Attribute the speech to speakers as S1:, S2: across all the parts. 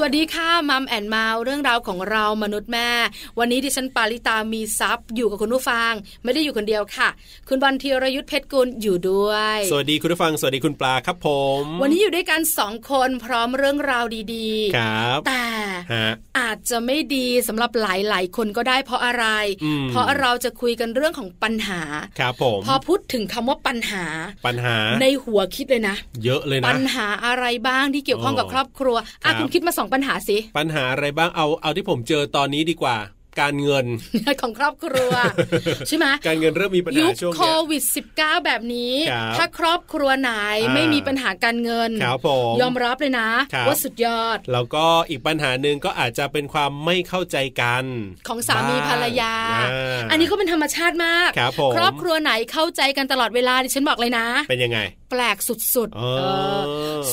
S1: สวัสดีค่ะมัมแอนเมาส์เรื่องราวของเรามนุษย์แม่ วันนี้ดิฉันปาริตามีซัพ์อยู่กับคุณผู้ฟัง ไม่ได้อยู่คนเดียวค่ะ คุณบอลธีรยุทธเพชรกุลอยู่ด้วย
S2: สวัสดีคุณผู้ฟัง สวัสดีคุณปลาครับผม
S1: วันนี้อยู่ด้วยกันสองคนพร้อมเรื่องราวดี
S2: ครับ
S1: ๆ แต่
S2: ฮะ
S1: อาจจะไม่ดีสำหรับหลายๆ คนก็ได้เพราะอะไร
S2: อืม
S1: เพราะเราจะคุยกันเรื่องของปัญหา
S2: ครับผม
S1: พอพูดถึงคำว่าปัญหา
S2: ปัญหา
S1: ในหัวคิดเลยนะ
S2: เยอะเลย
S1: ปัญ
S2: นะ
S1: หาอะไรบ้างที่เกี่ยวข้องกับ
S2: โอ้
S1: ครอบครัวอ่ะ
S2: ครับ
S1: คุณคิดมาสองปัญหาสิ
S2: ปัญหาอะไรบ้างเอาเอาที่ผมเจอตอนนี้ดีกว่า การเงิน
S1: ของครอบครัว ใช่ไหม
S2: การเงินเริ่มมีปัญ
S1: ยุ
S2: หา
S1: ค
S2: ช่วง
S1: โค
S2: เนี้ย
S1: วิด -19 แบบนี้
S2: ครับ
S1: ถ้าครอบครัวไหน
S2: อ่า
S1: ไม่มีปัญหาการเงิน
S2: ครับผม
S1: ยอมรับเลยนะ
S2: ครับ
S1: ว่าสุดยอด
S2: แล้วก็อีกปัญหาหนึ่งก็อาจจะเป็นความไม่เข้าใจกัน
S1: ของสามี
S2: บ้ง
S1: ภรรยา
S2: า
S1: อันนี้ก็เป็นธรรมชาติมาก
S2: ครับผม
S1: ครอบครัวไหนเข้าใจกันตลอดเวลาดิฉันบอกเลยนะ
S2: เป็นยังไง
S1: แปลกสุด
S2: อ๋อ
S1: เออ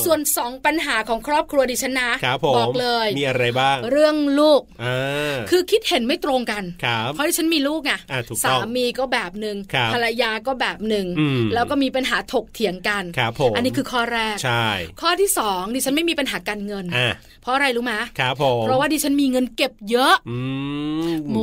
S1: ส่วนสองปัญหาของครอบครัวดิฉันนะครับ
S2: ผม
S1: บอกเลย
S2: มีอะไรบ้าง
S1: เรื่องลูก
S2: อ่า
S1: คือคิดเห็นไม่ตรงกัน
S2: ครับ
S1: เพราะที่ฉันมีลูกไง
S2: อ่ะถูกต้
S1: สา
S2: อง
S1: มีก็แบบหนึ่ง
S2: ครับ
S1: ภรรยาก็แบบหนึ่ง
S2: อืม
S1: แล้วก็มีปัญหาถกเถียงกัน
S2: ครับผม
S1: อันนี้คือข้อแรก
S2: ใช่
S1: ข้อที่สองดิฉันไม่มีปัญหาการเงิน
S2: อ่ะ
S1: เพราะอะไรรู้ไหม
S2: ครับผม
S1: เพราะว่าดิฉันมีเงินเก็บเยอะ
S2: อื
S1: โหม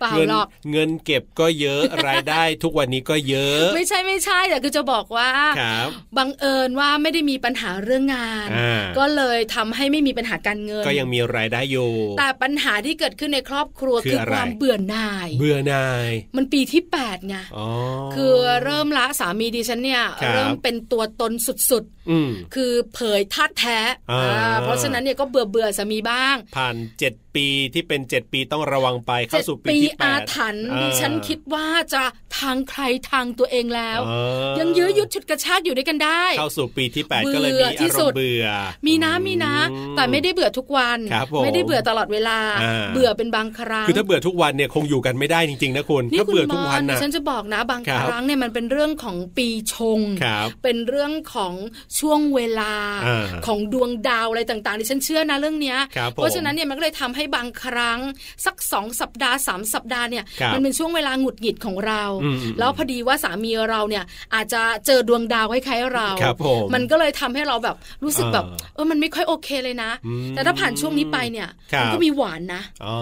S1: เปล่า
S2: เงิน
S1: หรอก
S2: เงินเก็บก็เยอะ รายได้ทุกวันนี้ก็เยอะ
S1: ไม่ใช่ไม่ใช่แต่คือจะบอกว่า
S2: ครับ
S1: บังเอิญว่าไม่ได้มีปัญหาเรื่องงาน
S2: อ่า
S1: ก็เลยทำให้ไม่มีปัญหาการเงิน
S2: ก็ยังมีรายได้อยู่
S1: แต่ปัญหาที่เกิดขึ้นในครอบครัว
S2: คือ
S1: คือ
S2: อะไร
S1: ความเบื่อหน่าย
S2: เบื่อหน่าย
S1: มันปีที่แปดไง
S2: อ๋อ
S1: คือเริ่มละสามีดิฉันเนี่ย
S2: ครับ
S1: เริ่มเป็นตัวตนสุด
S2: อืม
S1: ๆ คือเผยท่าตุแท้
S2: อ่า
S1: อ่าเพราะฉะนั้นเนี่ยก็เบื่อเบื่อๆสามีบ้าง
S2: ผ่านเจ็ดปีที่เป็นเจ็ดปีต้องระวังไปเข้าสู่ปี
S1: ปี
S2: ที่แป
S1: อา
S2: ด
S1: ถรรพ์
S2: อ่า
S1: ดิฉันคิดว่าจะทางใครทางตัวเองแล้ว
S2: อ่า
S1: ยังยื้อยุดฉุดกระชากอยู่ด้วยกันได้
S2: เข้าสู่ปีที่แปด
S1: เบื่อ
S2: ก็เลยมี
S1: ที่
S2: อาร
S1: สุ
S2: ม
S1: ด
S2: ณ์เบื่อ
S1: มีนะมีนะ แต่ไม่ได้เบื่อทุกวัน
S2: ครับผม
S1: ไม่ได้เบื่อตลอดเวลา
S2: อ่า
S1: เบื่อเป็นบางครั้ง
S2: คือถ้าเบื่อทุกวันเนี่ยคงอยู่กันไม่ได้จริงๆนะคุณ
S1: นี่
S2: ถ้า
S1: คุณ
S2: เบื่อ
S1: ม
S2: ทุก
S1: อ
S2: วัน น
S1: ดิ
S2: นะ
S1: ฉันจะบอกนะบาง
S2: ครั
S1: ค
S2: บ
S1: รั้งเนี่ยมันเป็นเรื่องของปีชง
S2: ครับ
S1: เป็นเรื่องของช่วงเวลา
S2: อ่า
S1: ของดวงดาวอะไรต่างๆดิฉันเชื่อนะเรื่องเนี้ย
S2: ครับผม
S1: เพราะฉะนั้นเนี่ยมันก็เลยทำให้บางครั้ง สักสองสัปดาห์สามสัปดาห์เนี่ย
S2: ครับ
S1: มันเป็นช่วงเวลาหงุดหงิดของเรา
S2: อืมอืม
S1: แล้วพอดีว่าสามีเราเนี่ยอาจจะเจอดวงดาวคล้ายๆเรา
S2: ครับผม
S1: มันก็เลยทำให้เราแบบรู้สึกแบบ
S2: อ่า
S1: เออมันไม่ค่อยโอเคเลยนะ
S2: อืม
S1: แต่ถ้าผ่านช่วงนี้ไปเนี่ย
S2: ครับ
S1: มัก็มีหวานนะ
S2: อ๋อ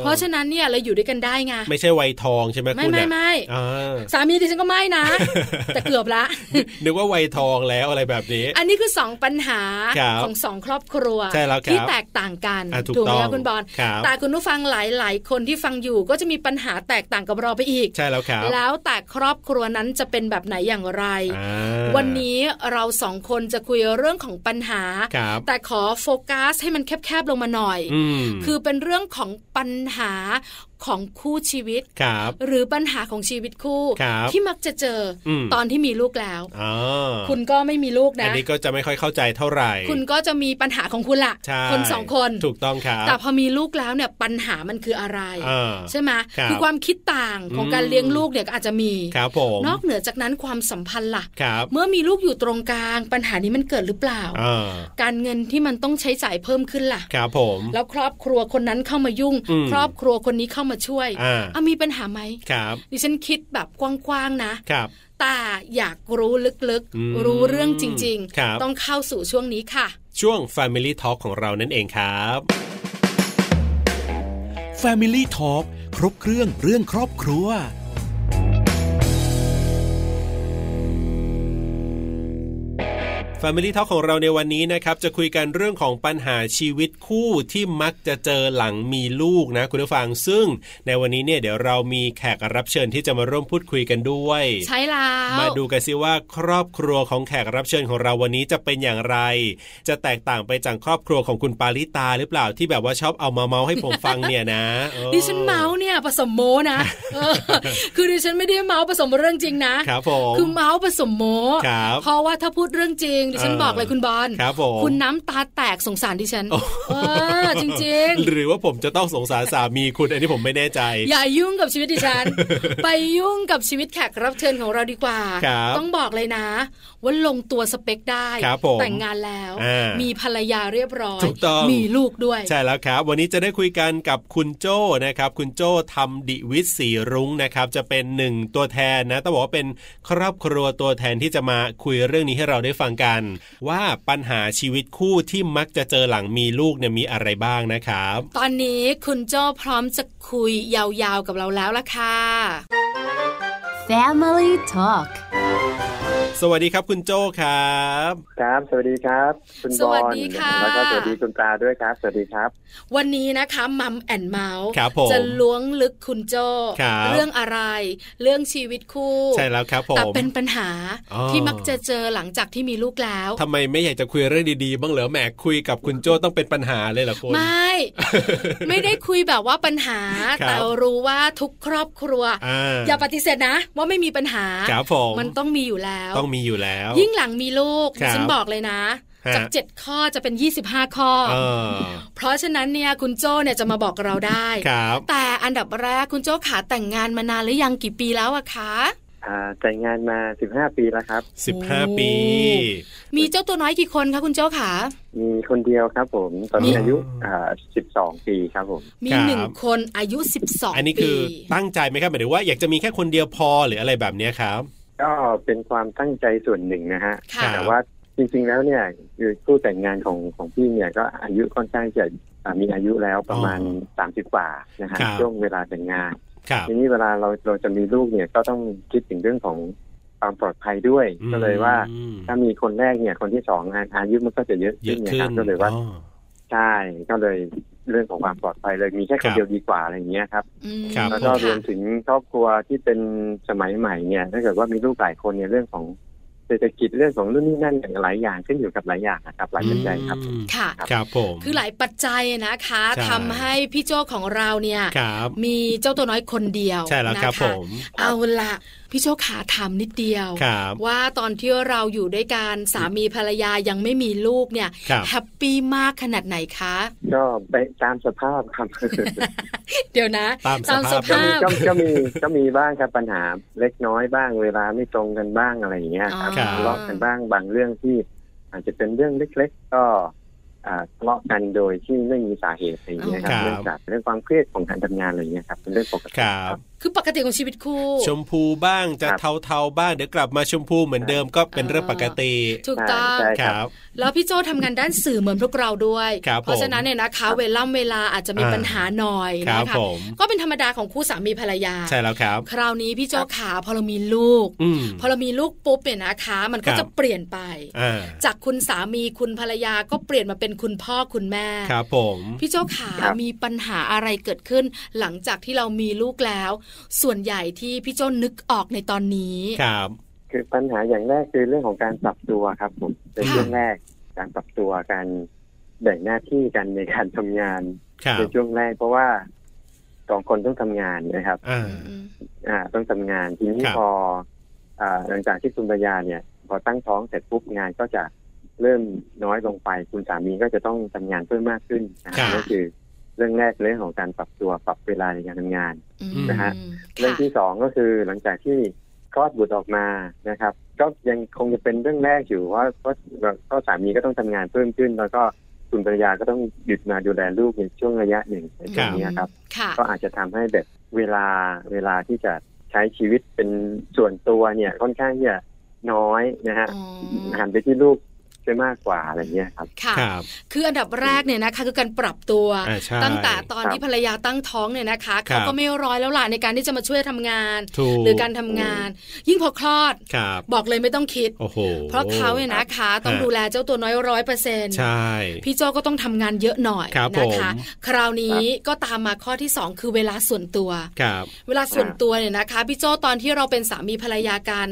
S1: เพราะฉะนั้นเนี่ยเราอยู่ด้วยกันได้ไง
S2: ไม่ใช่วัยทองใช่ไหม
S1: ไม่
S2: คุณ
S1: ไม่
S2: อะ
S1: ไม่
S2: อ่า
S1: สามีดิฉันก็ไม่นะ แต่เกือบ ละ
S2: นึกว่าวัยทองแล้วอะไรแบบนี้
S1: อันนี้คือสองปัญหา
S2: ครับ
S1: ของสองครอบครัว
S2: ใช่แล้วครับ
S1: ที่แตกต่างกัน
S2: อ่ะถูก
S1: กไหม
S2: ต้อง
S1: คะคุณบอล
S2: ครับ
S1: แต่คุณผู้ฟังหลาย ๆ คนที่ฟังอยู่ก็จะมีปัญหาแตกต่างกับเราไปอีก
S2: ใช่แล้วครับ
S1: แล้วแต่ครอบครัวนั้นจะเป็นแบบไหนอย่างไร
S2: อ่า
S1: วันนี้เราสองคนจะคุยเรื่องของปัญหา
S2: ครับ
S1: แต่ขอโฟกัสให้มันแคบๆลงมาหน่อย
S2: อืม
S1: คือเป็นเรื่องของปัญหาของคู่ชีวิต
S2: ครับ
S1: หรือปัญหาของชีวิตคู่
S2: ครับ
S1: ที่มักจะเจออ
S2: ม
S1: ตอนที่มีลูกแล้ว
S2: อ่า
S1: คุณก็ไม่มีลูกนะ
S2: อันนี้ก็จะไม่ค่อยเข้าใจเท่าไหร่
S1: คุณก็จะมีปัญหาของคุณละ
S2: ใช่
S1: คนสองคน
S2: ถูกต้องครับ
S1: แต่พอมีลูกแล้วเนี่ยปัญหามันคืออะไร
S2: อ่า
S1: ใช่ไหม
S2: ครับ
S1: อความคิดต่างของ
S2: อืม
S1: การเลี้ยงลูกเนี่ยก็อาจจะมี
S2: ครับผม
S1: นอกเหนือจากนั้นความสัมพันธ์ล่ะ
S2: ครับ
S1: เมื่อมีลูกอยู่ตรงกลาง ปัญหานี้มันเกิดหรือเปล่า
S2: อ่า
S1: การเงินที่มันต้องใช้จ่ายเพิ่มขึ้นล่ะ
S2: ครับผม
S1: แล้วครอบครัวคนนั้นเข้ามายุ่ง
S2: อืม
S1: ครอบครัวคนนี้เข้ามาช่วย
S2: อ่า
S1: เอามีปัญหาไหม
S2: ครับ
S1: ดิฉันคิดแบบกว้างๆนะ
S2: ครับ
S1: แต่อยากรู้ลึก
S2: อืม
S1: ๆ รู้เรื่องจริง
S2: ครับ
S1: ต้องเข้าสู่ช่วงนี้ค่ะ
S2: ช่วง Family Talk ของเรานั่นเองครับ
S3: Family Talk ครบเครื่องเรื่องครอบครัว
S2: Family Talk ของเราในวันนี้นะครับ จะคุยกันเรื่องของปัญหาชีวิตคู่ที่มักจะเจอหลังมีลูกนะคุณผู้ฟังซึ่ง ในวันนี้เนี่ยเดี๋ยวเรามีแขกรับเชิญที่จะมาร่วมพูดคุยกันด้วย
S1: ใช่แล้ว
S2: มาดูกันสิว่าครอบครัวของแขกรับเชิญของเราวันนี้จะเป็นอย่างไร จะแตกต่างไปจากครอบครัวของคุณปาลิตาหรือเปล่าที่แบบว่าชอบเอามาเมาให้ผมฟังเนี่ยนะเออ
S1: ดิฉันเมาส์เนี่ยผสมโมนะเออคือดิฉันไม่ได้เมาส์ผสมเรื่องจริงนะครับ
S2: ผม
S1: คือเมาส์ผสมโม
S2: ครับ
S1: เพราะว่าถ้าพูดเรื่องจริง ดิฉัน
S2: เออ
S1: บอกเลยคุณบอล
S2: ครับผม
S1: ณน้ำตาแตกสงสารดิฉัน
S2: โอ้
S1: เออจริง
S2: หรือว่าผมจะต้องสงสารสามีคุณอันนี้ผมไม่แน่ใจ
S1: ๆ อย่ายุ่งกับชีวิตดิฉั น ไปยุ่งกับชีวิตแขกรับเชิญของเราดีกว่า
S2: ครับ
S1: ต้องบอกเลยนะ ว่าลงตัวสเปคได้
S2: ครับผม
S1: แต่งงานแล้ว
S2: อ่ามี
S1: มีภรรยาเรียบร้อย
S2: ถูกต้อง
S1: มีลูกด้วย
S2: ใช่แล้วครับ วันนี้จะได้คุยกันกับคุณโจ้นะครับ คุณโจ้ทำดิวิทย์สีรุ้งนะครับ จะเป็นหนึ่งตัวแทนนะต้องบอกว่าเป็นครอบครัวตัวแทนที่จะมาคุยเรื่องนี้ให้เราได้ฟังกัน ว่าปัญหาชีวิตคู่ที่มักจะเจอหลังมีลูกเนี่ยมีอะไรบ้างนะครับ
S1: ตอนนี้คุณโจ้พร้อมจะคุยยาวๆกับเราแล้วล่ะค่ะ
S4: Family Talk
S2: สวัสดีครับคุณโจ้ครับ
S5: ครับ สวัสดีครับ คุณ
S1: ส
S5: บ
S1: วัส
S5: อล
S1: ดีค่ะ
S5: แล้วก็สวัสดีคุณปลาด้วยครับ สวัสดีครับ
S1: วันนี้นะคะมัมแอนเมาส์
S2: ครับผม
S1: จะล้วงลึกคุณโจ
S2: ครับ
S1: เรื่องอะไร เรื่องชีวิตคู่
S2: ใช่แล้วครับผม
S1: แต่เป็นปัญหา
S2: อ๋อ
S1: ที่มักจะเจอหลังจากที่มีลูกแล้ว
S2: ทำไมไม่อยากจะคุยเรื่องดีๆ บ้างเหรอแหมคุยกับคุณโจ้ต้องเป็นปัญหาเลยเหรอคุณ
S1: ไม่ ไม่ได้คุยแบบว่าปัญหา
S2: ครับ
S1: แต่รู้ว่าทุกครอบครัว
S2: อ่า
S1: อย่าปฏิเสธนะ ว่าไม่มีปัญหา
S2: ครับผม
S1: มันต้องมีอยู่แล้ว
S2: ต้องมีอยู่แล้ว
S1: ยิ่งหลังมีลูก
S2: ครับ
S1: ดิฉันบอกเลยนะ
S2: ฮะ
S1: จาก 7 ข้อจะเป็น 25 ข้อ
S2: เออ
S1: เพราะฉะนั้นเนี่ยคุณโจ้เนี่ยจะมาบอกเราได้
S2: ครับ
S1: แต่อันดับแรกคุณโจ้ขาแต่งงานมานานหรือยังกี่ปีแล้วอะคะ
S5: อ่าแต่งงานมา 15 ปีแล้วครับ
S1: โอ้
S2: 15 ปี
S1: มีเจ้าตัวน้อยกี่คนคะคุณโจ้ขา
S5: มีคนเดียวครับผม ตอนนี้
S2: อ๋ออ
S5: อายุอ่า12 ปีครับผม
S1: มี
S2: ครับ
S1: หนึ่งคนอายุ 12
S2: อันนี้คือ
S1: ปี
S2: ตั้งใจไหมครับหมายถึงว่าอยากจะมีแค่คนเดียวพอหรืออะไรแบบเนี้ยครับ
S5: ก็เป็นความตั้งใจส่วนหนึ่งนะฮะ
S1: ค่ะ
S5: แต่ว่าจริงๆแล้วเนี่ยคือคู่แต่งงานของของพี่เนี่ยก็อายุค่อนข้างจะอ่ามีอายุแล้วประมาณ
S2: อ๋
S5: 30 กว่านะฮะ
S2: ครับ
S5: ช่วงเวลาแต่งงาน
S2: ครับ
S5: ทีนี้เวลาเราเราจะมีลูกเนี่ยก็ต้องคิดถึงเรื่องของความปลอดภัยด้วย ก็เลยว่า ถ้ามีคนแรกเนี่ยคนที่สองอ่ะอายุมันก็จะเยอะ
S2: เย
S5: ขึ้น
S2: อะ
S5: นะ
S2: ขึ้
S5: คนรับก็เลยว่า
S2: อ๋อ
S5: ใช่ก็เลยเรื่องของความปลอดภัยเลยมีแค่
S2: ค
S5: ค
S2: รั
S5: น
S2: บ
S5: เดียวดีกว่าอะไรอย่างเงี้ยครับ
S1: อืม
S2: ครับ
S5: แล้วก็รว
S1: ค่ะ
S5: มถึงครอบครัวที่เป็นสมัยใหม่เนี่ยถ้าเกิดว่ามีลูกหลายคนเนี่ยเรื่องของเศรษฐกิจเรื่องของรุ่นนี้นั่นอย่างหลายอย่างขึ้นอยู่กับหลายอย่างนะครับหลายปัจจัยครับ
S2: อืม
S1: ค่ะ
S2: ครับผม
S1: คือหลายปัจจัยนะคะ
S2: ใช่
S1: ทำให้พี่โจ้ของเราเนี่ย
S2: ครับ
S1: มีเจ้าตัวน้อยคนเดียว
S2: ใช่แล้วครับ
S1: นะะ
S2: ผม
S1: เอาละพี่โจ้ขาถามนิดเดียว
S2: ครับ
S1: ว่าตอนที่เราอยู่ด้วยกันสามีภรรยายังไม่มีลูกเนี่ย
S2: ครับ
S1: แฮปปี้มากขนาดไหนคะ
S5: ก็ไปตามสภาพครับ
S1: เดี๋ยวนะ
S2: ตามสภาพ
S5: ก็มี
S1: พ
S5: ก็ก็มีก็มีบ้างครับปัญหาเล็กน้อยบ้างเวลาไม่ตรงกันบ้างอะไรอย่างเงี้ยครับ
S2: ครับ
S5: ทะเลาะกันบ้างบางเรื่องที่อาจจะเป็นเรื่องเล็ก ๆ ก็อ่าทะเลาะกันโดยที่ไม่มีสาเหตุอะไรอย่างเงี้ยค
S2: ครั
S5: รับบ เรื่องจากเรื่องความเครียดของการทำงานอะไรอย่างเงี้ยครับเป็นเรื่องปกติ
S2: ครับ
S1: คือปกติของชีวิตคู่
S2: ชมพูบ้างจะ
S5: ครับ
S2: เทาๆบ้างเดี๋ยวกลับมาชมพูเหมือนเดิมก็เป็นเรื่องปกติ
S1: ถูกต้อง
S5: ใช่
S2: ค
S5: ครั
S2: รั
S5: บ
S2: บ
S1: แล้วพี่โจทำงานด้านสื่อเหมือนพวกเราด้วย
S2: ครับ
S1: เพราะฉะนั้นเนี่ยนะคะ เวล่ำเวลาอาจจะมี
S2: อ่า
S1: ปัญหาหน่อย
S2: ครั
S1: นะ
S2: บ
S1: คะ
S2: ผม
S1: ก็เป็นธรรมดาของคู่สามีภรรยา
S2: ใช่แล้วครับ
S1: คราวนี้พี่โจขาพอเรามีลูก
S2: อืม
S1: พอเรามีลูกปุ๊บเนี่ยนะคะ มันก็
S2: ครับ
S1: จะเปลี่ยนไป
S2: อ่า
S1: จากคุณสามีคุณภรรยาก็เปลี่ยนมาเป็นคุณพ่อคุณแม่
S2: ครับผม
S1: พี่โจ้ขา
S5: ครับ
S1: มีปัญหาอะไรเกิดขึ้น หลังจากที่เรามีลูกแล้ว ส่วนใหญ่ที่พี่โจ้นึกออกในตอนนี้
S2: ครับ
S5: คือปัญหาอย่างแรกคือเรื่องของการปรับตัวครับผมเป็นเรื่องแรกการปรับตัวการแบ่งหน้าที่กันในการทำงาน
S2: ครั
S5: ใน
S2: บ
S5: ช่วงแรกเพราะว่าสองคนต้องทำงานนะครับ
S2: อ่า
S5: อ่าต้องทำงานทีนี้
S2: ครับ
S5: พออ่าหลังจากที่คุณภรรยาเนี่ย พอตั้งท้องเสร็จปุ๊บงานก็จะเริ่มน้อยลงไป คุณสามีก็จะต้องทำงานเพิ่มมากขึ้นนะ
S2: ครั
S5: ฮะ
S2: บ
S5: ก็คือเรื่องแรกเรื่องของการปรับตัวปรับเวลาในการทำงาน
S1: อืม
S5: นะฮะ
S1: ค่
S5: เรื่องที่สองก็คือหลังจากที่คลอดบุตรออกมานะครับ ก็ยังคงจะเป็นเรื่องแรกอยู่ว่าเพราะก็สามีก็ต้องทำงานเพิ่มขึ้น แล้วก็คุณภรรยาก็ต้องหยุดมาดูแลลูกในช่วงระยะหนึ่งในช่วงนี้ครับ
S1: ค่ะ
S5: ก็อาจจะทำให้แบบเวลาเวลาที่จะใช้ชีวิตเป็นส่วนตัวเนี่ยค่อนข้างที่จะน้อยนะฮะ
S1: อ๋อ
S5: หันไปที่ลูกจะมากกว่าอะไรเงี้ยครับ
S1: ค่ะ
S2: ครับ
S1: คืออันดับแรกเนี่ยนะคะคือการปรับตัว
S2: อ่าใช่
S1: ตั้งแต่ตอน
S5: ครับ
S1: ที่ภรรยาตั้งท้องเนี่ยนะคะ
S2: ครั
S1: เขา
S2: บ
S1: ก็ไม่ร้อยแล้วล่ะในการที่จะมาช่วยทำงาน
S2: ถูก
S1: หรือการทำงาน ยิ่งพอคลอด
S2: ครับ
S1: บอกเลยไม่ต้องคิด
S2: โอ้โห
S1: เพราะเขาเนี่ยนะคะต้อง
S2: ฮะ
S1: ดูแลเจ้าตัวน้อยร้อยเปอร์เซ็นต์
S2: ใช่
S1: พี่โจก็ต้องทำงานเยอะหน่อย
S2: ครับผม
S1: นะคะ คราวนี้ก็ตามมาข้อที่ 2 คือเวลาส่วนตัว
S2: ครับ
S1: เวลาส่วนตัวเนี่ยนะคะพี่โจตอนที่เราเป็นสามีภรรยากัน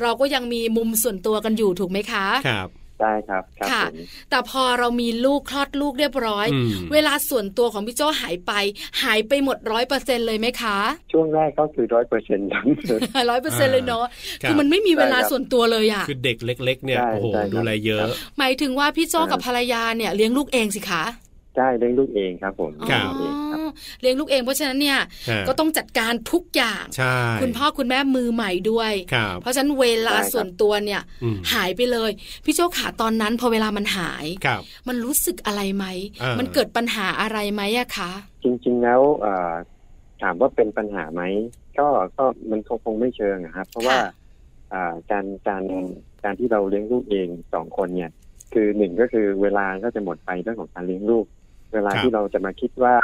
S1: เราก็ยังมีมุมส่วนตัวกันอยู่ถูกไหมคะ
S2: ครับ
S5: ได้ครับครับ
S1: ค่ะ
S5: ผม
S1: แต่พอเรามีลูกคลอดลูกเรียบร้อย
S2: อืม
S1: เวลาส่วนตัวของพี่โจหายไป หายไปหมดร้อยเปอร์เซ็นเลยไหมคะ
S5: ช่วงแรกก็คือร้อยเปอร์เซ็นต์ครับ
S1: ร้อยเปอร์เซ็นเลยเนาะ
S2: รับ
S1: คือมันไม่มีเวลา
S5: ใช่ครับ
S1: ส่วนตัวเลยอะ
S2: คือเด็กเล็ก ๆ เนี่ย
S5: ใช่
S2: โอ้โห
S5: ใช่ครับ
S2: ดูแลเยอะ
S1: หมายถึงว่าพี่โจกับภรรยาเนี่ยเลี้ยงลูกเองสิคะ
S5: ใช่เลี้ยงลูกเองครับ ผม
S2: ครับ
S5: เลี้ยงลูกเองครับ
S1: อ๋อเลี้ยงลูกเองเพราะฉะนั้นเนี่ย
S2: ฮะ
S1: ก็ต้องจัดการทุกอย่าง
S2: ใช่
S1: คุณพ่อคุณแม่มือใหม่ด้วย
S2: ครับ
S1: เพราะฉะนั้นเวลา
S5: ใช่ครับ
S1: ส่วนตัวเนี่ย
S2: อืม
S1: หายไปเลย พี่โจขาตอนนั้นพอเวลามันหาย
S2: ครับ
S1: มันรู้สึกอะไรไหม
S2: อ่ามั
S1: มันเกิดปัญหาอะไรไหมอะคะ
S5: จริง ๆ แล้วเอ่อถามว่าเป็นปัญหาไหมก็ก็มันคงคงไม่เชิงอะครับ เพราะว่า
S1: ค่ะ
S5: อ่าการการการที่เราเลี้ยงลูกเองสองคนเนี่ย คือหนึ่งก็คือเวลาก็จะหมดไปเรื่องของการเลี้ยงลูก เวลา
S2: ครับ
S5: ที่เราจะมาคิดว่า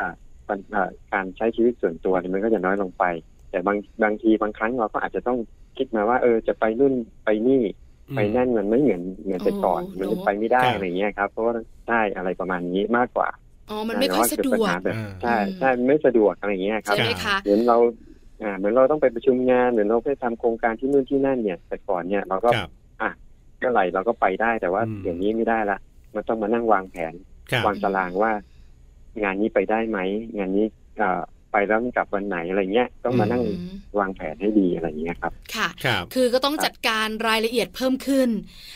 S5: ปัญเอ่อการใช้ชีวิตส่วนตัวเนี่ยมันก็จะน้อยลงไป แต่บางบางทีบางครั้งเราก็อาจจะต้องคิดมาว่า เออจะไปนู่นไปนี่ ไปนั่นมันไม่เหมือนเหมือนแต่ก่อน
S1: โอ้โห
S5: มันจะไปไม่ได้
S2: ครับ
S5: อะไรเงี้ยครับ เพราะว่าได้อะไรประมาณนี้มากกว่า
S1: อ๋อ มันไม่ค่อยสะดวก
S5: แต่าเป็นปัญหาแบบ
S2: อ่า
S5: ใช่ใช่ไม่สะดวกอะไรเงี้ยครับ
S1: ใช่ไหม
S2: ครั
S1: คะ
S2: บ
S5: เหมือนเราอ่าเหมือนเราต้องไปประชุมงานเหมือนเราไปทำโครงการที่นู่นที่นั่นเนี่ย แต่ก่อนเนี่ยเราก็
S2: ครับ
S5: เมื่อไหร่เราก็ไปได้แต่ว่า
S2: อืม
S5: เดี๋ยวนี้ไม่ได้ละมันต้องมานั่งวางแผน
S2: ครับ
S5: วางตารางว่า งานนี้ไปได้ไหมงานนี้เอ่อไปแล้วมันกลับวันไหนอะไรเงี้ยต้องมานั่ง
S1: อืม
S5: วางแผนให้ดีอะไรเงี้ยครับ
S1: ค่ะ
S2: ครับ
S1: คือก็ต้องจัดการรายละเอียดเพิ่มขึ้น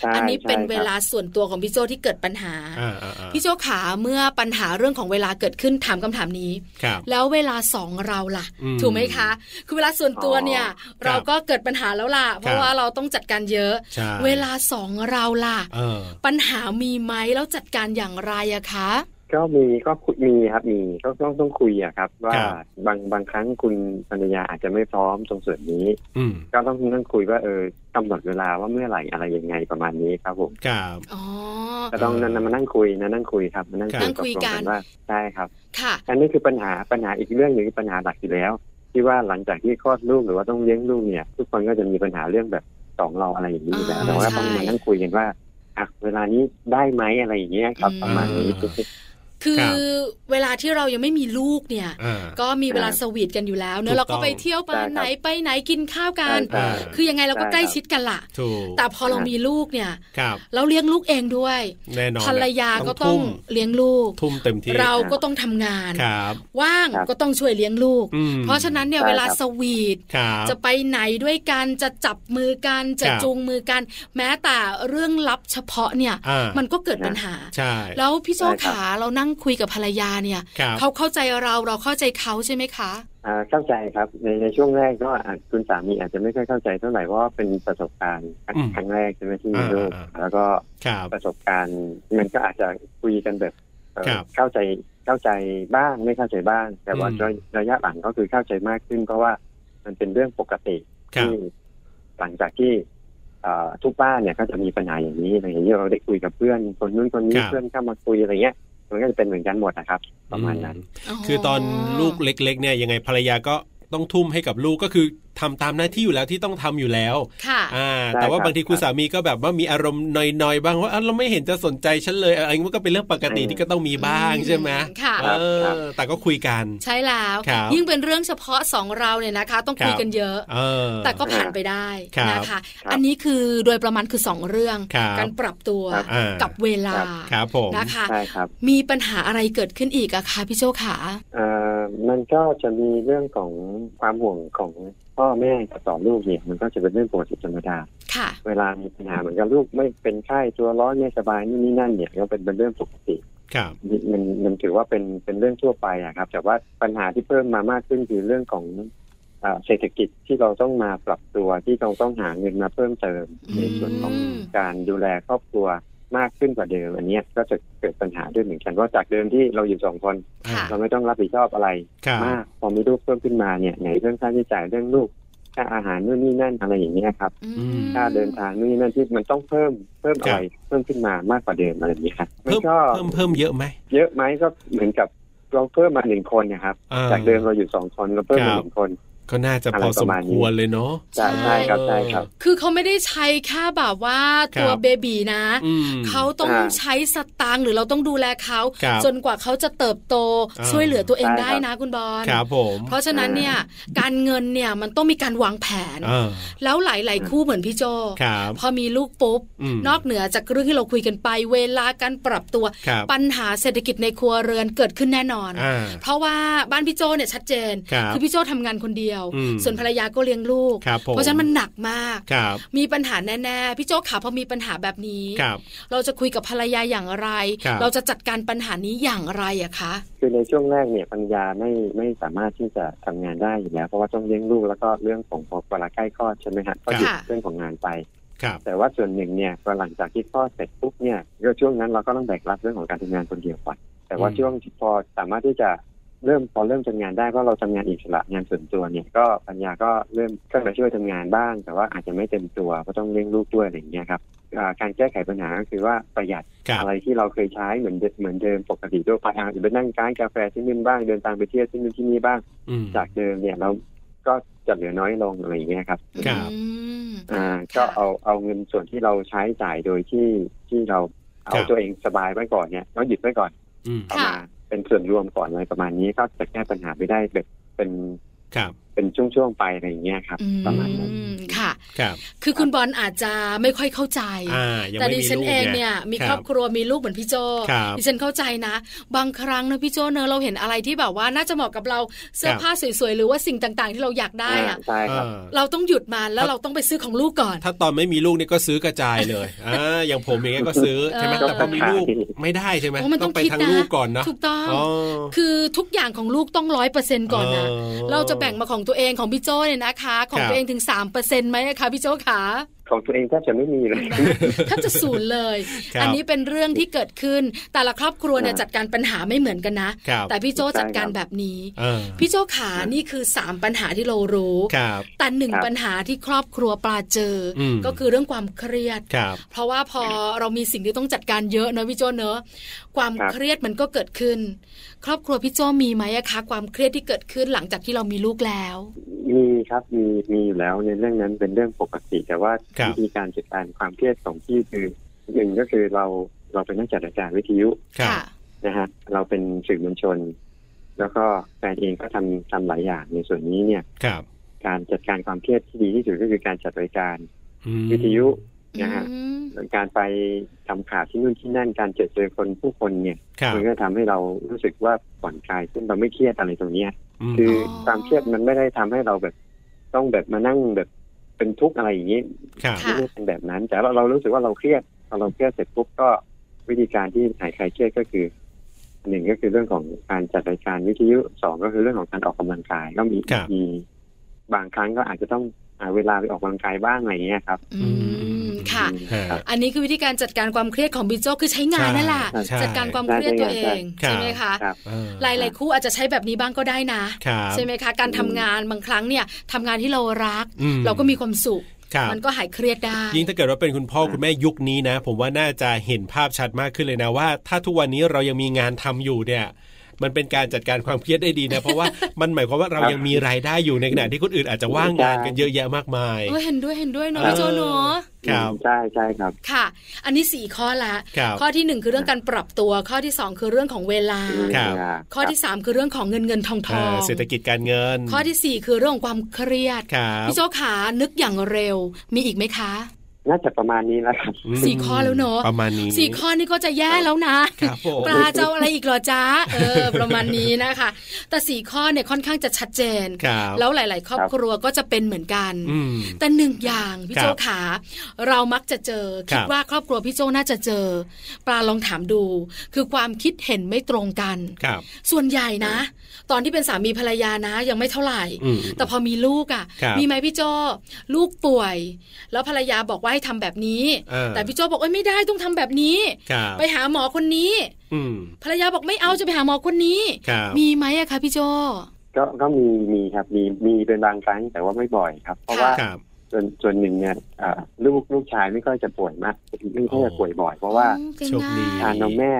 S5: ใช่
S1: อันนี้เป็น
S5: ใช่
S1: เว
S5: ครับ
S1: ลาส่วนตัวของพี่โจที่เกิดปัญหา
S2: อ่าอ่าอ่า
S1: พี่โจขาเมื่อปัญหาเรื่องของเวลาเกิดขึ้นถามคำถามนี้
S2: ครับ
S1: แล้วเวลาสองเราล่ะ
S2: อืม
S1: ถูกไหมคะ คือเวลาส่วนตัวเนี่ย
S2: อ
S1: เรา
S2: ครับ
S1: ก็เกิดปัญหาแล้วล่ะ เพ
S2: ครั
S1: ราะ
S2: บ
S1: ว่าเราต้องจัดการเยอะ
S2: ใช่
S1: เวลาสองเราล่ะ
S2: เออ
S1: ปัญหามีไหมแล้วจัดการอย่างไรอะคะ
S5: ก็มีก็คุยมีครับมีก็ต้องต้องคุยอะครับ ว่า
S2: ครับ
S5: บางบางครั้งคุณภรรยาอาจจะไม่พร้อมตรงส่วนนี้
S2: อืม
S5: ก็ต้องนั่งคุยว่าเออกำหนดเวลาว่าเมื่อไหร่อะไรยังไงประมาณนี้ครับผม
S2: ครับ
S1: อ๋อ
S5: ก็ต้องนั่นมานั่งคุยนะนั่งคุยครับมานั่ง
S2: ครั
S5: คุย
S2: บ
S5: ตกลงกันว่าใช่ครับ
S1: ค่ะ
S5: อันนี้คือปัญหาปัญหาอีกเรื่องหนึ่งคือปัญหาหลักอยู่แล้ว ที่ว่าหลังจากที่คลอดลูกหรือว่าต้องเลี้ยงลูกเนี่ย ทุกคนก็จะมีปัญหาเรื่องแบบสองเราอะไรอย่างนี้อยู่แล้ว
S1: อ่า
S5: แต่ว่า
S1: ใช่
S5: ต้องมานั่งคุยกันว่าอ่ะเวลานี้ได้ไหมอะไรอย่างเงี้ยครับ ประมาณนี้
S1: คือ
S2: ครับ
S1: เวลาที่เรายังไม่มีลูกเนี่ย
S2: อ่า
S1: ก็มีเวลาสวีทกันอยู่แล้วเน
S2: ถู
S1: อะ
S2: ก
S1: เรา
S2: ต้
S1: ก็
S2: อง
S1: ไปเที่ยวไป
S5: ใช่ครับ
S1: ไหนไปไหนกินข้าวกัน
S5: ใช่
S2: อ่า
S1: คือยังไงเราก็ใกล้ชิดกันล่ะ
S2: ถูก
S1: แต่พอเรามีลูกเนี่ย
S2: ครับ
S1: เราเลี้ยงลูกเองด้วย
S2: แน่นอน
S1: ภรรยาก็ต้อ
S2: ทุ่
S1: ง
S2: ม
S1: เลี้ยงลูก
S2: ทุ่มเต็มที่
S1: เราก็ต้องทำงาน
S2: ครับ
S1: ว่าง
S5: ครับ
S1: ก็ต้องช่วยเลี้ยงลูก
S2: อืม
S1: เพราะฉะนั้นเนี่ย
S5: ใช่
S1: เวลา
S5: ครับ
S1: สวีท
S2: ครับ
S1: จะไปไหนด้วยกันจะจับมือกันจะ
S2: ครับ
S1: จูงมือกัน แม้แต่เรื่องลับเฉพาะเนี่ย
S2: อ่า
S1: มันก็เกิดปัญหา
S2: ใช่
S1: แล้วพี่โจ
S5: ใช่ครับ
S1: ขาเรานั่งคุยกับภรรยาเนี่ย
S2: ครับ
S1: เขาเข้าใจเราเราเข้าใจเขาใช่ไหมคะ
S5: อ่าเข้าใจครับในในช่วงแรกก็อาจคุณสามีอาจจะไม่ค่อยเข้าใจเท่าไหร่เพราะว่าเป็นประสบการณ์ครั้งแรกใช่ไหมที่มีลูกแล้วก็
S2: ครับ
S5: ประสบการณ์มันก็อาจจะคุยกันแบบเอ่อ
S2: ครับ
S5: เข้าใจเข้าใจบ้างไม่เข้าใจบ้าง แต่ว่า
S2: อืม
S5: ระระยะหลังก็คือเข้าใจมากขึ้น เพราะว่ามันเป็นเรื่องปกติ
S2: ครับ
S5: ที่หลังจากที่เอ่อทุกบ้านเนี่ยก็จะมีปัญหาอย่างนี้อะไรอย่างนี้เราได้คุยกับเพื่อนคนนู้นคนนี้
S2: ครับ
S5: เพื่อนเข้ามาคุยอะไรเงี้ยมันก็จะเป็นเหมือนกันหมดนะครับ ประมาณนั้น
S2: คือตอนลูกเล็ก ๆ เนี่ยยังไงภรรยาก็ต้องทุ่มให้กับลูกก็คือทำตามหน้าที่อยู่แล้วที่ต้องทำอยู่แล้ว
S1: ค่ะ
S2: อ่า
S5: ใช่
S2: แต่ว่า
S5: ครับ
S2: บางทีคุณ
S5: ครับ
S2: สามีก็แบบว่ามีอารมณ์หน่อยๆบ้างว่าอ่ะเราไม่เห็นจะสนใจฉันเลยอะไรมันก็เป็นเรื่องปกติ
S5: อืม
S2: ที่ก็ต้องมีบ้าง
S1: อืม
S2: ใช่ไหม
S1: ค่ะ
S2: เออ
S5: ครับ
S2: แต่ก็คุยกัน
S1: ใช่แล้ว
S2: ครับ
S1: ยิ่งเป็นเรื่องเฉพาะสองเราเนี่ยนะคะ ต้องคุย
S2: ครับ
S1: กันเยอะ
S2: เออ
S1: แต่ก็ผ่านไปได้นะคะ
S5: ครับ
S1: อันนี้คือโดยประมาณคือสองเรื่อง
S2: ครับ
S1: การปรับตัว
S5: ครับ
S2: อ่ากั
S1: กับเวลา
S2: ครับผม
S1: นะคะ
S5: ใช่ครับ
S1: มีปัญหาอะไรเกิดขึ้นอีกอะคะพี่โจขา
S5: เอ่อมันก็จะมีเรื่องของความห่วงของพ่อแม่กับต่อลูกเนี่ยมันก็จะเป็นเรื่องปกติธรรมดา
S1: ค่ะ
S5: เวลามีปัญหาเหมือนกับลูกไม่เป็นไข้ตัวร้อนไม่สบายนู่นนี่นั่นเนี่ยก็เป็นเป็นเรื่องปกติ
S2: ครับ
S5: มันมันมันถือว่าเป็นเป็นเรื่องทั่วไปอะครับ แต่ว่าปัญหาที่เพิ่มมามากขึ้นคือเรื่องของเอ่อเศรษฐกิจที่เราต้องมาปรับตัวที่เราต้องหาเงินมาเพิ่มเติม
S1: อืม
S5: ในส่วนของการดูแลครอบครัวมากขึ้นกว่าเดิมอันเนี้ยก็จะเกิดปัญหาด้วยเหมือนกันว่าจากเดิมที่เราอยู่สองคน
S2: อ่า
S1: ค่ะ
S5: เราไม่ต้องรับผิดชอบอะไร
S2: ครับ
S5: มากพอมีลูกเพิ่มขึ้นมาเนี่ยไหนเรื่องค่าใช้จ่ายเรื่องลูกค่าอาหารนู่นนี่นั่นอะไรอย่างเงี้ยครับ
S1: อืม
S2: ม
S5: ค่าเดินทางนู่นนี่นั่นที่มันต้องเพิ่มเพิ่มอะไรเพิ่มขึ้นมามากกว่าเดิมอะไรอย่างเงี้ยครับ
S2: เพิ่ม
S5: นก็
S2: เพิ่มเพิ่มเยอะไหม
S5: เยอะไหมก็เหมือนกับเราเพิ่มมาหนึ่งคนนะครับ
S2: อ่
S5: จากเดิมเราอยู่สองคนเราเพิ่ม
S2: ค
S5: มา
S2: รับ
S5: หนึ่งคน
S2: ก็น่าจะพ
S5: อะไร
S2: อ
S5: ป
S2: ส
S5: ระ
S2: ม
S5: มาณ
S2: ค
S5: นี้
S2: วรเลยเนาะ
S5: ใช่ใช่ครับใช่ครับ
S1: คือเขาไม่ได้ใช้แค่แบบว่าตัว
S2: ครับ
S1: เบบีนะ
S2: อืม
S1: เขาต้อง
S5: อ่า
S1: ใช้สตางค์หรือเราต้องดูแลเขา
S2: ครับ
S1: จนกว่าเขาจะเติบโต
S2: อ่า
S1: ช่วยเหลือตัวเอง
S5: ใช่
S1: ได้
S5: ครับ
S1: นะคุณบอล
S2: ครับผม
S1: เพราะฉะนั้นเนี่ยการเงินเนี่ยมันต้องมีการวางแผน
S2: อ่า
S1: แล้วหลาย ๆ คู่เหมือนพี่โจ
S2: ครับ
S1: พอมีลูกปุ๊บ
S2: อืม
S1: นอกเหนือจากเรื่องที่เราคุยกันไปเวลาการปรับตัว
S2: ครับ
S1: ปัญหาเศรษฐกิจในครัวเรือนเกิดขึ้นแน่นอน
S2: อ่า
S1: เพราะว่าบ้านพี่โจเนี่ยชัดเจน
S2: ครับ
S1: อพี่โจทำงานคนเดียว
S2: อืม
S1: ส่วนภรรยาก็เลี้ยงลูก
S2: ครับผม
S1: เพราะฉะนั้นมันหนักมาก
S2: ครับ
S1: มีปัญหาแน่ๆ พี่โจขาพอมีปัญหาแบบนี้
S2: ครับ
S1: เราจะคุยกับภรรยาอย่างไร
S2: ครับ
S1: เราจะจัดการปัญหานี้อย่างไรอะคะ
S5: คือในช่วงแรกเนี่ยภรรยาไม่ไม่สามารถที่จะทำงานได้อยู่แล้ว เพราะว่าต้องเลี้ยงลูกแล้วก็เรื่องของพอเวลาใกล้คลอดใช่ไหมฮะก็หยุด
S1: ค่ะ
S5: เรื่องของงานไป
S2: ครับ
S5: แต่ว่าส่วนหนึ่งเนี่ยพอหลังจากที่คลอดเสร็จปุ๊บเนี่ยก็ช่วงนั้นเราก็ต้องแบกรับเรื่องของการทำงานคนเดียวก่อนแต่ว่า
S2: อืม
S5: ช่วงที่พอสามารถที่จะเริ่มพอเริ่มทำงานได้เพราะเราทำงานอิสระงานส่วนตัวเนี่ยก็ปัญญาก็เริ่มเข้ามาช่วยทำงานบ้าง แต่ว่าอาจจะไม่เต็มตัวเพราะต้องเลี้ยงลูกด้วยอะไรอย่างเงี้ยครับอ่าการแก้ไขปัญหาก็คือว่าประหยัด
S2: ครับ
S5: อะไรที่เราเคยใช้เหมือนเดิมเหมือนเดิมปกติทั่วไปอ่ะหรือไปนั่งร้านกาแฟที่นู่นบ้างเดินทางไปเที่ยวที่นู่นที่นี่บ้าง
S2: อืม
S5: จากเดิมเนี่ยเราก็จะเหลือน้อยลงอะไรอย่างเงี้ยครับ
S2: ครับ
S1: อืม
S5: อ่าก็เอาเอาเงินส่วนที่เราใช้จ่ายโดยที่ที่เราเอา
S2: ครับ
S5: ตัวเองสบายไว้ก่อนเนี่ยเราหยุดไว้ก่อน
S2: อืม
S5: เอา
S1: ค่ะ
S5: มาเป็นส่วนรวมก่อนอะไรประมาณนี้ก็จะแก้ปัญหาไปได้แบบเป็น
S2: ครับ
S5: เป็นช่วงๆไปอะไรอย่างเงี้ยครับ
S1: อื
S5: ประมาณนั้น
S1: มค่ะ
S2: ครับ
S1: คือคุณบอลอาจจะไม่ค่อยเข้าใจ
S2: อ่ายัง
S1: แต่
S2: ไม่
S1: ดิ
S2: มี
S1: ฉัน
S2: ลูก
S1: เองเนี่ย มีครอบ
S2: ค
S1: ครับ รัวมีลูกเหมือนพี่โจ
S2: ครับ
S1: ดิฉันเข้าใจนะ บางครั้งนะพี่โจเนอะเราเห็นอะไรที่แบบว่าน่าจะเหมาะกับเราเสื้อ
S2: ครับ
S1: ผ้าสวยๆหรือว่าสิ่งต่างๆ ที่เราอยากได้
S5: อ่า
S1: อะ
S5: ใช่ครับ
S2: เออ
S1: เราต้องหยุดมาแล้วเราต้องไปซื้อของลูกก่อน
S2: ถ้าตอนไม่มีลูกเนี่ยก็ซื้อกระจายเลย อ่า อย่างผมอย่างเงี้ยก็ซื้อใช่ไหม
S1: เออ
S2: แต่พอมีลูกไม่ได้ใช่ไหม
S1: เพราะมัน
S2: ต้
S1: ต้
S2: อ
S1: อง ง
S2: ไป
S1: คิด
S2: ทาง
S1: นะ
S2: ลูกก่อนนะ
S1: ถูกต้อง
S2: อ๋อ
S1: คือทุกอย่างของลูกต้องร้อยเปอร์เซ็นก่อนนะ
S2: เ
S1: เราจะแบ่งมาของตัวเองของพี่โจ้เนี่ยนะคะ ของ
S2: ครับ
S1: ตัวเองถึง3%มเปอร์เซ็นต์ไหมอะคะพี่โจ้ขา
S5: ของตัวเองแทบจะไม่มีเลย
S1: แทบจะศูนย์เลย
S2: ครับ
S1: อันนี้เป็นเรื่องที่เกิดขึ้น แต่ละครอบครัวเนี่ย
S5: อ่า
S1: จัดการปัญหาไม่เหมือนกันนะ
S2: ครับ
S1: แต่พี่โจ้จัดการแบบนี้
S2: เออ
S1: พี่โจ้ขานี่คือ 3 ปัญหาที่เรารู้
S2: ครับ
S1: แต่หนึ่ง
S5: ครับ
S1: ปัญหาที่ครอบครัวปลาเจออ
S2: ม
S1: ก็คือเรื่องความเครียด
S2: ครับ
S1: เพราะว่าพอเรามีสิ่งที่ต้องจัดการเยอะเนอะพี่โจเนอะความ
S5: ครับ
S1: เครียดมันก็เกิดขึ้น ครอบครัวพี่โจมีไหมอะคะ ความเครียดที่เกิดขึ้นหลังจากที่เรามีลูกแล้ว
S5: มีครับมีมีอยู่แล้วในเรื่องนั้นเป็นเรื่องปกติ แต่ว่า
S2: ครับ
S5: วิธีการจัดการความเครียดของพี่คือหนึ่งก็คือเราเราเป็นนักจัดรายการวิทยุ
S2: ครับ
S5: นะฮะเราเป็นสื่อมวลชน แล้วก็แฟนเองก็ทำทำหลายอย่างในส่วนนี้เนี่ย
S2: ครับ
S5: การจัดการความเครียดที่ดีที่สุดก็คือการจัดรายการ
S2: อืม
S5: วิทยุ
S1: อื
S5: นะฮะ
S1: ม
S5: การไปทำข่าวที่นู่นที่นั่นการเจอเจอคนผู้คนเนี่ย
S2: ครับ
S5: มันก็ทำให้เรารู้สึกว่าผ่อนคลายขึ้นเราไม่เครียดอะไรตรงเนี้ย
S2: ม
S5: คืออ
S1: อ
S5: ความเครียดมันไม่ได้ทำให้เราแบบ ต้องแบบมานั่งแบบเป็นทุกข์อะไรอย่างนี้
S2: ครับ
S1: ค่ะ
S5: ไม่ได้เป็นแบบนั้น แต่เราเรารู้สึกว่าเราเครียดพอเราเครียดเสร็จปุ๊บก็วิธีการที่หายคลายเครียดก็คือหนึ่งก็คือเรื่องของการจัดรายการวิทยุสองก็คือเรื่องของการออกกำลังกายก็มี
S2: ครับ
S5: มีบางครั้งก็อาจจะต้องหาเวลาไปออกกำลังกายบ้างอะไรอย่างเงี้ยครับ
S1: อืมค่ะ
S2: ฮะ
S5: ครับ
S1: อันนี้คือวิธีการจัดการความเครียดของพี่โจคือใช้งานนั่นแหละ
S5: ใช่
S2: ใช่
S1: จัดการความเครียดตัวเอง
S2: ใช่
S1: ใช่ไหมคะ
S5: ครับ
S2: เออ
S1: หลายๆคู่อาจจะใช้แบบนี้บ้างก็ได้นะ
S2: ครับ
S1: ใช่ไหมคะ การทำงานบางครั้งเนี่ยทำงานที่เรารัก
S2: อื
S1: เราก็มีความสุข
S2: ครับ
S1: มันก็หายเครียดได้
S2: ยิ่งถ้าเกิดว่าเป็นคุณพ่อคุณแม่ยุคนี้นะ ผมว่าน่าจะเห็นภาพชัดมากขึ้นเลยนะว่า ถ้าทุกวันนี้เรายังมีงานทำอยู่เนี่ย มันเป็นการจัดการความเครียดได้ดีนะ เพรา ะว่ามันหมายความว่าเรายังมีรายได้อยู่ในขณะที่คนอื่นอาจจะว่างงานกันเยอะแยะมากมาย
S1: เออเห็นด้วยเห็นด้วยเนาะ
S2: เออ
S1: พี่โจเนาะ
S2: ครับ
S5: ใช่ใช่ครับ
S1: ค่ะ อันนี้สี่ข้อละ
S2: ครับ
S1: ข้อที่หนึ่งคือเรื่องการปรับตัว ข้อที่สองคือเรื่องของเวลา
S2: ครับ
S1: ข้อที่สามคือเรื่องของเงินเงินทองท
S2: อ่า
S1: อง
S2: เศรษฐกิจการเงิน
S1: ข้อที่สี่คือเรื่องของความเครียด
S2: ครับ
S1: พี่โจขานึกอย่างเร็ว มีอีกไหมคะ
S5: น่าจะประมาณนี้แล้วครับ
S2: ม
S1: สี่ข้อแล้วเนาะ
S2: ประมาณนี้
S1: สี่ข้อนี่ก็จะแย่แล้วนะ
S2: ครับผม
S1: ปลาเจ้าอะไรอีกเหรอจ้าเออ ประมาณนี้นะคะ แต่สี่ข้อเนี่ยค่อนข้างจะชัดเจน
S2: ครับ
S1: แล้วหลาย ๆ ครอบ
S5: ครับ
S1: ครัวก็จะเป็นเหมือนกัน
S2: อืม
S1: แต่หนึ่งอย่างพี่
S2: ครับ
S1: โจขา เรามักจะเจอ
S2: ครั
S1: คิ
S2: บ
S1: ดว่าครอบครัวพี่โจน่าจะเจอ ปลาลองถามดู คือความคิดเห็นไม่ตรงกัน
S2: ครับ
S1: ส่วนใหญ่นะ ตอนที่เป็นสามีภรรยานะ ยังไม่เท่าไหร่
S2: อืม
S1: แต่พอมีลูกอะ
S2: ครั่
S1: ะ
S2: บ
S1: มีไหมพี่โจลูกป่วย แล้วภรรยาบอกว่าให้ทำแบบนี้
S2: เออ
S1: แต่พี่โจบอกเอ้ยไม่ได้ต้องทำแบบนี้
S2: ครับ
S1: ไปหาหมอคนนี้
S2: อืม
S1: ภรรยาบอกไม่เอาจะไปหาหมอคนนี้
S2: ครับ
S1: มีไหมอะคะพี่โจ
S5: ก็ก็มีมีครับมีมีเป็นบางครั้งแต่ว่าไม่บ่อยครับ เพราะว่า
S2: ครับ
S5: ส่วนส่วนหนึ่งเนี่ยเอ่อลูกลูกชายไม่ค่อยจะป่วยมากไม่ค่อยจะป่วยบ่อย เพราะว่า
S1: อืมเก่ง
S2: โชคดี
S1: มาก
S5: ทานนมแม่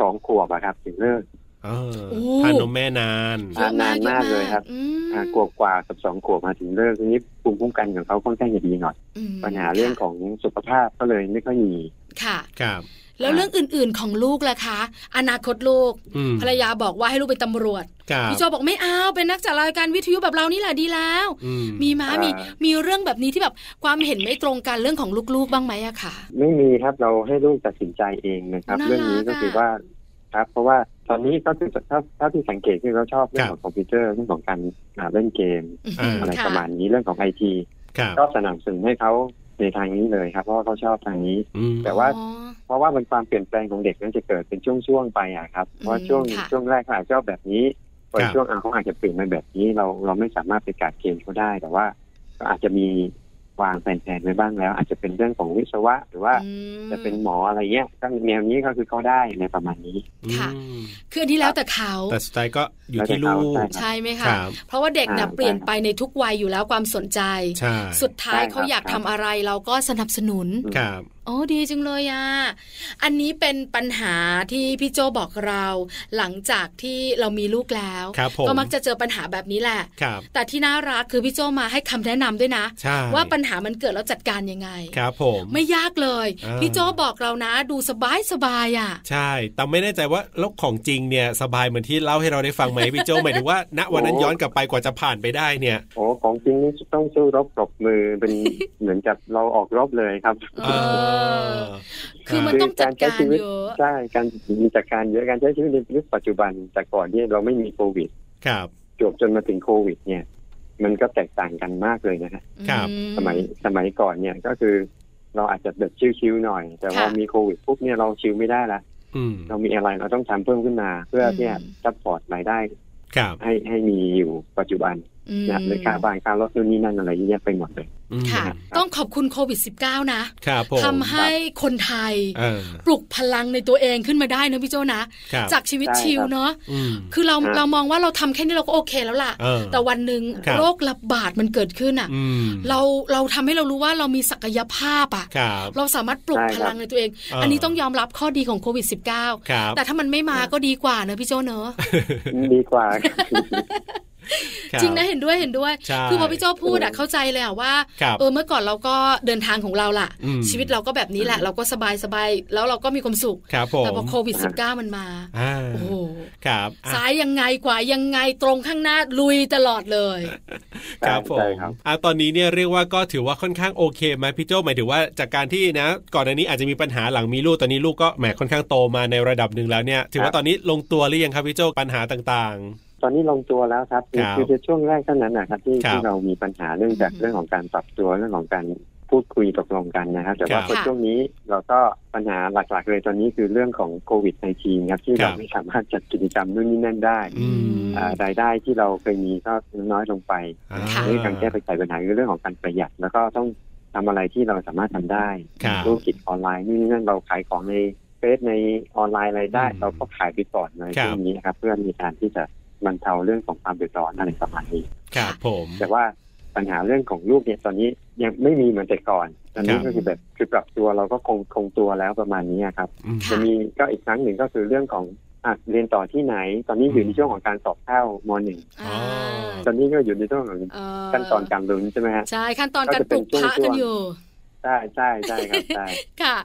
S5: สองขวบอะครับ ถึงเลิก
S2: เออ
S1: โอ้
S2: ทานนมแม่นาน
S1: เยอะมากเยอะ
S5: นานมาก
S1: มา
S5: เลยครั
S1: ก
S5: บ
S1: อื
S5: อ่าม ขวบกว่ากับสองขวบมาถึงเลิกทีนี้ภูมิคุ้มกันของเขาค่อนข้างจะดีหน่อย
S1: อืม
S5: ปัญหาเรื่องของสุขภาพก็เลยไม่ค่อยมี
S1: ค่ะ
S2: ครับ
S1: แล้วเรื่องอื่นๆของลูกล่ะคะ อนาคตลูก
S2: อืม
S1: ภรรยาบอกว่าให้ลูกเป็นตำรวจ
S2: ครับ
S1: พี่โจบอกไม่เอาเป็นนักจัดรายการวิทยุแบบเรานี่แหละดีแล้ว
S2: อืม
S1: มีมา
S5: อ่ามี
S1: มีมีเรื่องแบบนี้ที่แบบความเห็นไม่ตรงกันเรื่องของลูกๆบ้างไหมอะค่ะ
S5: ไม่มีครับเราให้ลูกตัดสินใจเองนะครับ
S1: น่ารัก
S5: เรื่องนี้ก็คือว่าครับ เพราะว่าตอนนี้ก็คือถ้าถ้าที่สังเกตคือเขาชอบเรื่องของคอมพิวเตอร์เรื่องของการอ่าเล่นเกม
S1: ม
S5: อะไร
S1: ค่ะ
S5: ประมาณนี้เรื่องของไอที
S2: ครับ
S5: ก็สนับสนุนให้เขาในทางนี้เลยครับ เพราะว่าเขาชอบทางนี้
S2: อืม
S5: แต่ว่า
S1: อ๋อ
S5: เพราะว่ามันความเปลี่ยนแปลงของเด็กนั้นจะเกิดเป็นช่วงๆไปอะครับเพราะช่วง
S1: ค่ะ
S5: ช่วงแรกเขาอาจจะชอบแบบนี้พอ
S2: ครับ
S5: ช่วงอ่ะเขาอาจจะเปลี่ยนมาแบบนี้ เราเราไม่สามารถไปกัดเกณฑ์เขาได้ แต่ว่าก็อาจจะมีวางแผนๆไว้บ้างแล้ว อาจจะเป็นเรื่องของวิศวะ หรือว่า
S1: อืม
S5: จะเป็นหมออะไรเงี้ยก็แนวนี้ก็คือเขาได้ในประมาณนี้
S1: ค่ะ
S2: อืม
S1: คืออันนี้แล้วแต่เขา
S2: แต่สุดท้ายก็อยู่ที่ลูก
S5: แล้วแต่เขา
S1: ใช่ไหม
S2: ค
S1: คะ
S2: รับ
S1: เพราะว่าเด็กน่ะ
S5: อ่า
S1: เปลี่ยนไปในทุกวัยอยู่แล้วความสนใจ
S2: ใช่
S1: สุดท้าย
S5: ใช่ครับ
S1: เขาอยาก
S5: ครับ
S1: ทำอะไรเราก็สนับสนุน
S2: ครับ
S1: โอ้ดีจังเลยอ่ะ อันนี้เป็นปัญหาที่พี่โจบอกเรา หลังจากที่เรามีลูกแล้ว
S2: ครับผม
S1: ก็มักจะเจอปัญหาแบบนี้แหละ
S2: ครับ
S1: แต่ที่น่ารักคือพี่โจมาให้คำแนะนำด้วยนะ
S2: ใช่
S1: ว่าปัญหามันเกิดแล้วจัดการยังไง
S2: ครับผม
S1: ไม่ยากเลย
S2: อ่า
S1: พี่โจบอกเรานะ ดูสบายสบายๆอ่ะ
S2: ใช่ แต่ไม่แน่ใจว่าโลกของจริงเนี่ยสบายเหมือนที่เล่าให้เราได้ฟัง ไหมพี่โจ หมายถึงว่า ณวันนั้นย้อนกลับไปกว่าจะผ่านไปได้เนี่ย
S5: โอ้ของจริงนี่ต้องสู้รบปรบมือ เป็น เหมือนกับเราออกรบเลยครับ
S2: เออ
S1: คือมันต้องจัดการเยอะ
S5: ใช่การมีจัดการเยอะการใช้ชีวิตในยุคปัจจุบันแต่ก่อนที่เราไม่มีโควิด
S2: ครับ
S5: จบจนมาถึงโควิด เนี่ย มันก็แตกต่างกันมากเลยนะฮะ
S2: ครับ
S1: อื
S5: สมัยสมัยก่อนเนี่ยก็คือเราอาจจะแบบชิวๆหน่อย แต่ว่า
S1: ค่ะ
S5: มีโควิดปุ๊บเนี่ยเราชิวไม่ได้ละ
S2: อืม
S5: เรามีอะไรเราต้องทำเพิ่มขึ้นมา เพื่อเนี่ยซัพพอร์ตรายได้
S2: ครับ
S5: ให้ให้มีอยู่ปัจจุบัน
S1: อืม
S5: นะหรือค่าบ้านค่ารถนู่นนี่นั่นอะไรเยอะแยะไปหมดเลย
S2: อืม
S1: ค่ะ
S5: ครับ
S1: ต้องขอบคุณโควิด -19 นะ
S2: ครับผม
S1: ทำให้คนไทย
S2: เออ
S1: ปลุกพลังในตัวเองขึ้นมาได้นะพี่โจนะ
S2: ครับ
S1: จากชีวิต
S5: ใช่
S1: ชิล
S5: ครับ
S1: เนาะ
S2: อืม
S1: คือเรา
S5: ครับ
S1: เรามองว่าเราทำแค่นี้เราก็โอเคแล้วล่ะ
S2: เออ
S1: แต่วันหนึ่ง
S2: ครับ
S1: โรคระบาดมันเกิดขึ้นอ่ะ
S2: อืม
S1: เราเราทำให้เรารู้ว่าเรามีศักยภาพอ่ะ
S2: ครับ
S1: เราสามารถปลุก
S5: ใช่
S1: พ
S5: ครับ
S1: ลังในตัวเอง
S2: เอออั
S1: อันนี้ต้องยอมรับข้อดีของโควิด -19
S2: ครับ
S1: แต่ถ้ามันไม่มาก็ดีกว่าเนอะพี่โจเนอะ
S5: ดีกว่า
S2: คบ
S1: จริงนะเห็นด้วยเห็นด้วย
S2: ใช่
S1: คือพอพี่โจพูดอ่ะ
S5: เออ
S1: เข้าใจเลยอ่ะว่า
S2: ครับ
S1: เออเมื่อก่อนเราก็เดินทางของเราล่ะ
S2: อืม
S1: ชีวิตเราก็แบบนี้แหละ เราก็สบายสบายแล้วเราก็มีความสุข
S2: ครับผม
S1: แต่พอโควิด -19 มันมา
S2: อ่า
S1: โอ้โห
S2: ครับอ่ะ
S1: ซ้ายยังไงขวายังไงตรงข้างหน้าลุยตลอดเลย
S2: ครับผ
S5: ใช่
S2: ม
S5: ครับ
S2: อ่ะตอนนี้เนี่ยเรียกว่าก็ถือว่าค่อนข้างโอเคไหมพี่โจหมายถึงว่าจากการที่นะ ก่อนอันานี้อาจจะมีปัญหาหลังมีลูกตอนนี้ลูกก็แหมค่อนข้างโตมาในระดับหนึ่งแล้วเนี่ย ถือว่าตอนนี้ลงตัวหรือยังครับพี่โจปัญหาต่าง
S5: ตอนนี้ลงตัวแล้วครับคือ
S2: ครับ
S5: คือในช่วงแรกเท่านั้นนะครับที่
S2: ครับ
S5: ที่เรามีปัญหาเรื่องจาก
S1: อืม
S5: เรื่องของการปรับตัวเรื่องของการพูดคุยตกลงกันนะครับ แต่
S2: ค
S5: ว่า
S2: รับ
S5: พอช่วงนี้เราก็ปัญหาหลักๆเลยตอนนี้คือเรื่องของโควิด -19 ครับที่
S2: ครั
S5: เรา
S2: บ
S5: ไม่สามารถจัดกิจกรรมนู่นนี่นั่นได้
S2: ๆ อืม
S5: อ่ารายได้ที่เราเคยมีก็น้อยลงไป
S2: อ่า
S1: ค่ะ
S5: นี่การแก้ไขปัญหาคือเรื่องของการประหยัด แล้วก็ต้องทำอะไรที่เราสามารถทำได้
S2: ครับ
S5: ธุรกิจออนไลน์นี่นั่นเราขายของในเฟซในออนไลน์อะไรได้
S2: อืม
S5: เราก็ขายไปก่อนใน
S2: ครับ
S5: ช่วงนี้นะครับ เพื่อมีการที่จะบรรเทาเรื่องของความเดือดร้อนอะไรประมาณนี้
S2: ครับผม
S5: แต่ว่าปัญหาเรื่องของลูกเนี่ยตอนนี้ยังไม่มีเหมือนแต่ก่อน ตอนนี้ก็คือแบบคือปรับตัวเราก็คงคงตัวแล้วประมาณนี้ครับ
S2: อืม
S1: ค่ะ
S5: จะมีก็อีกครั้งหนึ่งก็คือเรื่องของอ่ะเรียนต่อที่ไหน ตอนนี้อยู่ในช่วงของการสอบเข้ามหนึ่ง
S2: อ๋อ
S5: ตอนนี้ก็อยู่ในช่วงของ
S1: อ่า
S5: ขั้นตอนการลุ้นใช่ไหมฮะ
S1: ใช่ขั้นตอนการปลูกพระกันอยู่
S5: ใช่ใช่ใช่ครับใช่
S1: ค่ะ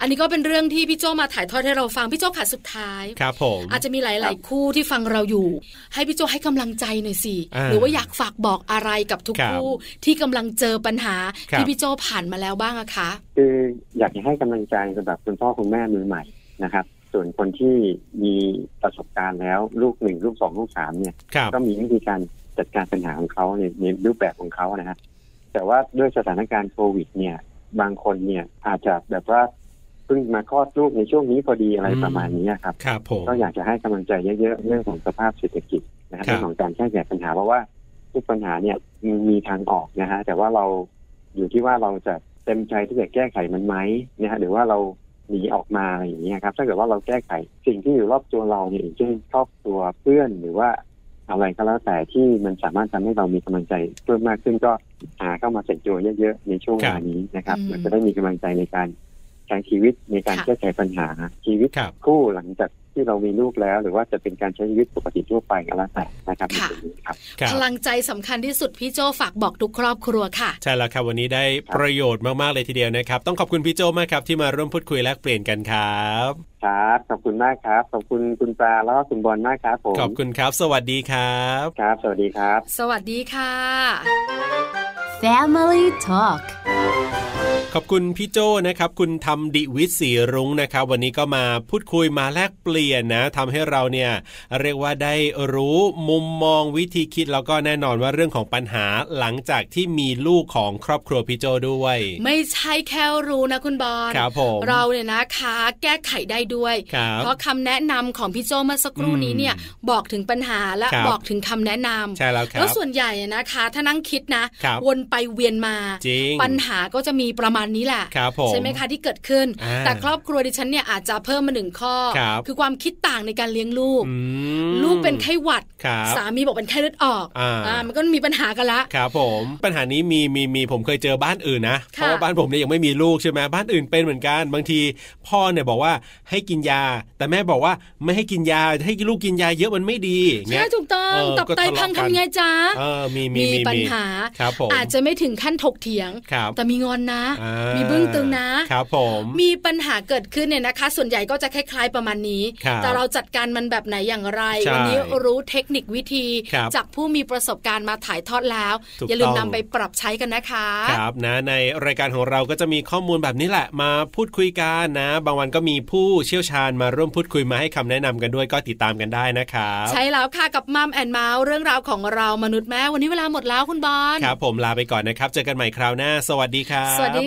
S1: อันนี้ก็เป็นเรื่องที่พี่โจมาถ่ายทอดให้เราฟังพี่โจขาสุดท้าย
S2: ครับผม
S1: อาจจะมีหลาย ๆ คู่ที่ฟังเราอยู่ ให้พี่โจให้กำลังใจหน่อยสิห
S2: อ่า
S1: รือว่าอยากฝากบอกอะไรกับทุก
S2: ครับ
S1: คู่ที่กำลังเจอปัญหา
S2: ครับ
S1: ที่พี่โจผ่านมาแล้วบ้างอะคะ
S5: คืออยากจะให้กำลังใจสำหรับคุณพ่อคุณแม่มือใหม่นะครับ ส่วนคนที่มีประสบการณ์แล้วลูกหนึ่งลูกสองลูกสามเนี่ย
S2: ครับ
S5: ก็มีวิธีการจัดการปัญหาของเขาในในรูปแบบของเขานะฮะแต่ว่าด้วยสถานการณ์โควิด เนี่ย บางคนเนี่ยอาจจะแบบว่าเพิ่งมาคลอดลูกในช่วงนี้พอดีอะไรประมาณนี้ครับ
S2: ครับผม
S5: ก็อยากจะให้กำลังใจเยอะๆเรื่องของสภาพเศรษฐกิจนะฮะ
S2: ครับ
S5: เรื่องของการแก้ไขปัญหาเพราะว่าทุกปัญหาเนี่ยมันมีทางออกนะฮะแต่ว่าเราอยู่ที่ว่าเราจะเต็มใจที่จะแก้ไขมันไหมนะฮะหรือว่าเราหนีออกมาอะไรอย่างเงี้ยครับ ถ้าเกิดว่าเราแก้ไขสิ่งที่อยู่รอบตัวเราเนี่ยอย่างเช่นครอบครัวเพื่อนหรือว่าอะไรก็แล้วแต่ที่มันสามารถทำให้เรามีกำลังใจเพิ่มมากขึ้นก็หาเข้ามาใส่ตัวเยอะๆในช่วงเวลานี้นะครับ
S1: อืม
S5: มันจะได้มีกำลังใจในการใช้ชีวิตในการ
S1: ค่ะ
S5: แก้ไขปัญหาชีวิต
S2: ครับ
S5: คู่หลังจาก ที่เรามีลูกแล้ว หรือว่าจะเป็นการใช้ชีวิตปกติทั่วไปก็แล้วแต่นะครับใน
S1: ค่ะ
S5: ตรงนี้ครับ
S2: ครับ
S1: พลังใจสำคัญที่สุดพี่โจฝากบอกทุกครอบครัวค่ะ
S2: ใช่แล้วครับวันนี้ได้ประโยชน์มาก ๆ เลยทีเดียวนะครับ ต้องขอบคุณพี่โจมากครับที่มาร่วมพูดคุยแลกเปลี่ยนกันครับ
S5: ครับ ขอบคุณมากครับ ขอบคุณคุณปลาแล้วก็คุณบอลมากครับผม
S2: ขอบคุณครับ สวัสดีครับ
S5: ครับ สวัสดีครับ
S1: สวัสดีค่ะ
S4: Family Talk
S2: ขอบคุณพี่โจนะครับ คุณทำดิวิทย์ศรีรุ้งนะครับ วันนี้ก็มาพูดคุยมาแลกเปลี่ยนนะทำให้เราเนี่ยเรียกว่าได้รู้มุมมองวิธีคิดแล้วก็แน่นอนว่าเรื่องของปัญหาหลังจากที่มีลูกของครอบครัวพี่โจด้วย
S1: ไม่ใช่แค่รู้นะคุณบอล
S2: ครับผม
S1: เราเนี่ยนะคะแก้ไขได้ด้วย
S2: ครับ
S1: เพราะคำแนะนำของพี่โจเมื่อสักครู่นี้เนี่ย
S2: อืม
S1: บอกถึงปัญหาและ
S2: ครับ
S1: บอกถึงคำแนะนำ
S2: ใช่แล้วครับ
S1: แล้วส่วนใหญ่อะนะคะ ถ้านั่งคิดนะ
S2: ครับ
S1: วนไปเวียนมา
S2: จริง
S1: ปัญหาก็จะมีประมาณนี้แหละ
S2: ครับผม
S1: ใช่ไหมคะที่เกิดขึ้น
S2: อ่า
S1: แต่ครอบครัวดิฉันเนี่ยอาจจะเพิ่มมาหนึ่งข้อ
S2: ครับ
S1: อความคิดต่างในการเลี้ยงลูก
S2: อืม
S1: ลูกเป็นไข้หวัด
S2: ครับ
S1: สามีบอกเป็นไข้เลือดออก
S2: อ่า
S1: มันก็มีปัญหากันละ
S2: ครับผมปัญหานี้มีมีมีผมเคยเจอบ้านอื่นนะเพ
S1: ค่ะ
S2: ราะว่าบ้านผมเนี่ยยังไม่มีลูกใช่ไหมบ้านอื่นเป็นเหมือนกัน บางทีพ่อเนี่ยบอกว่าให้กินยา แต่แม่บอกว่าไม่ให้กินยาให้ลูกกินยาเยอะมันไม่ดีอย่างเงี้
S1: ใช่
S2: ย
S1: ถูกต้อง
S2: เออ
S1: ตับไต
S2: ก็ทะเลาะ
S1: พัง
S2: กัน
S1: ทำไงจ๊ะ
S2: เออมีมี
S1: มีปัญหา
S2: ครับผม
S1: อาจจะไม่ถึงขั้นถกเถียง
S2: ครับ
S1: แต่มีงอนนะ
S2: อ่า
S1: มีเบื้องตึงนะ
S2: ครับผม
S1: มีปัญหาเกิดขึ้นเนี่ยนะคะ ส่วนใหญ่ก็จะคล้ายๆประมาณนี้
S2: ครับ
S1: แต่เราจัดการมันแบบไหนอย่างไร
S2: ใช่
S1: วันี้รู้เทคนิควิธี
S2: ครับ
S1: จากผู้มีประสบการณ์มาถ่ายทอดแล้ว
S2: ถูก
S1: อย่าลืมนำ
S2: ต้อง
S1: ไปปรับใช้กันนะคะ
S2: ครับนะในรายการของเราก็จะมีข้อมูลแบบนี้แหละ มาพูดคุยกันนะ บางวันก็มีผู้เชี่ยวชาญมาร่วมพูดคุยมาให้คำแนะนำกันด้วยก็ติดตามกันได้นะครับ
S1: ใช่แล้วค่ะกับมัมแอนเมาส์เรื่องราวของเรามนุษย์แม่วันนี้เวลาหมดแล้วคุณบอล
S2: ครับผมลาไปก่อนนะครับ เจอกันใหม่คราวหน้า สวัสดีครับ
S1: สวัสดี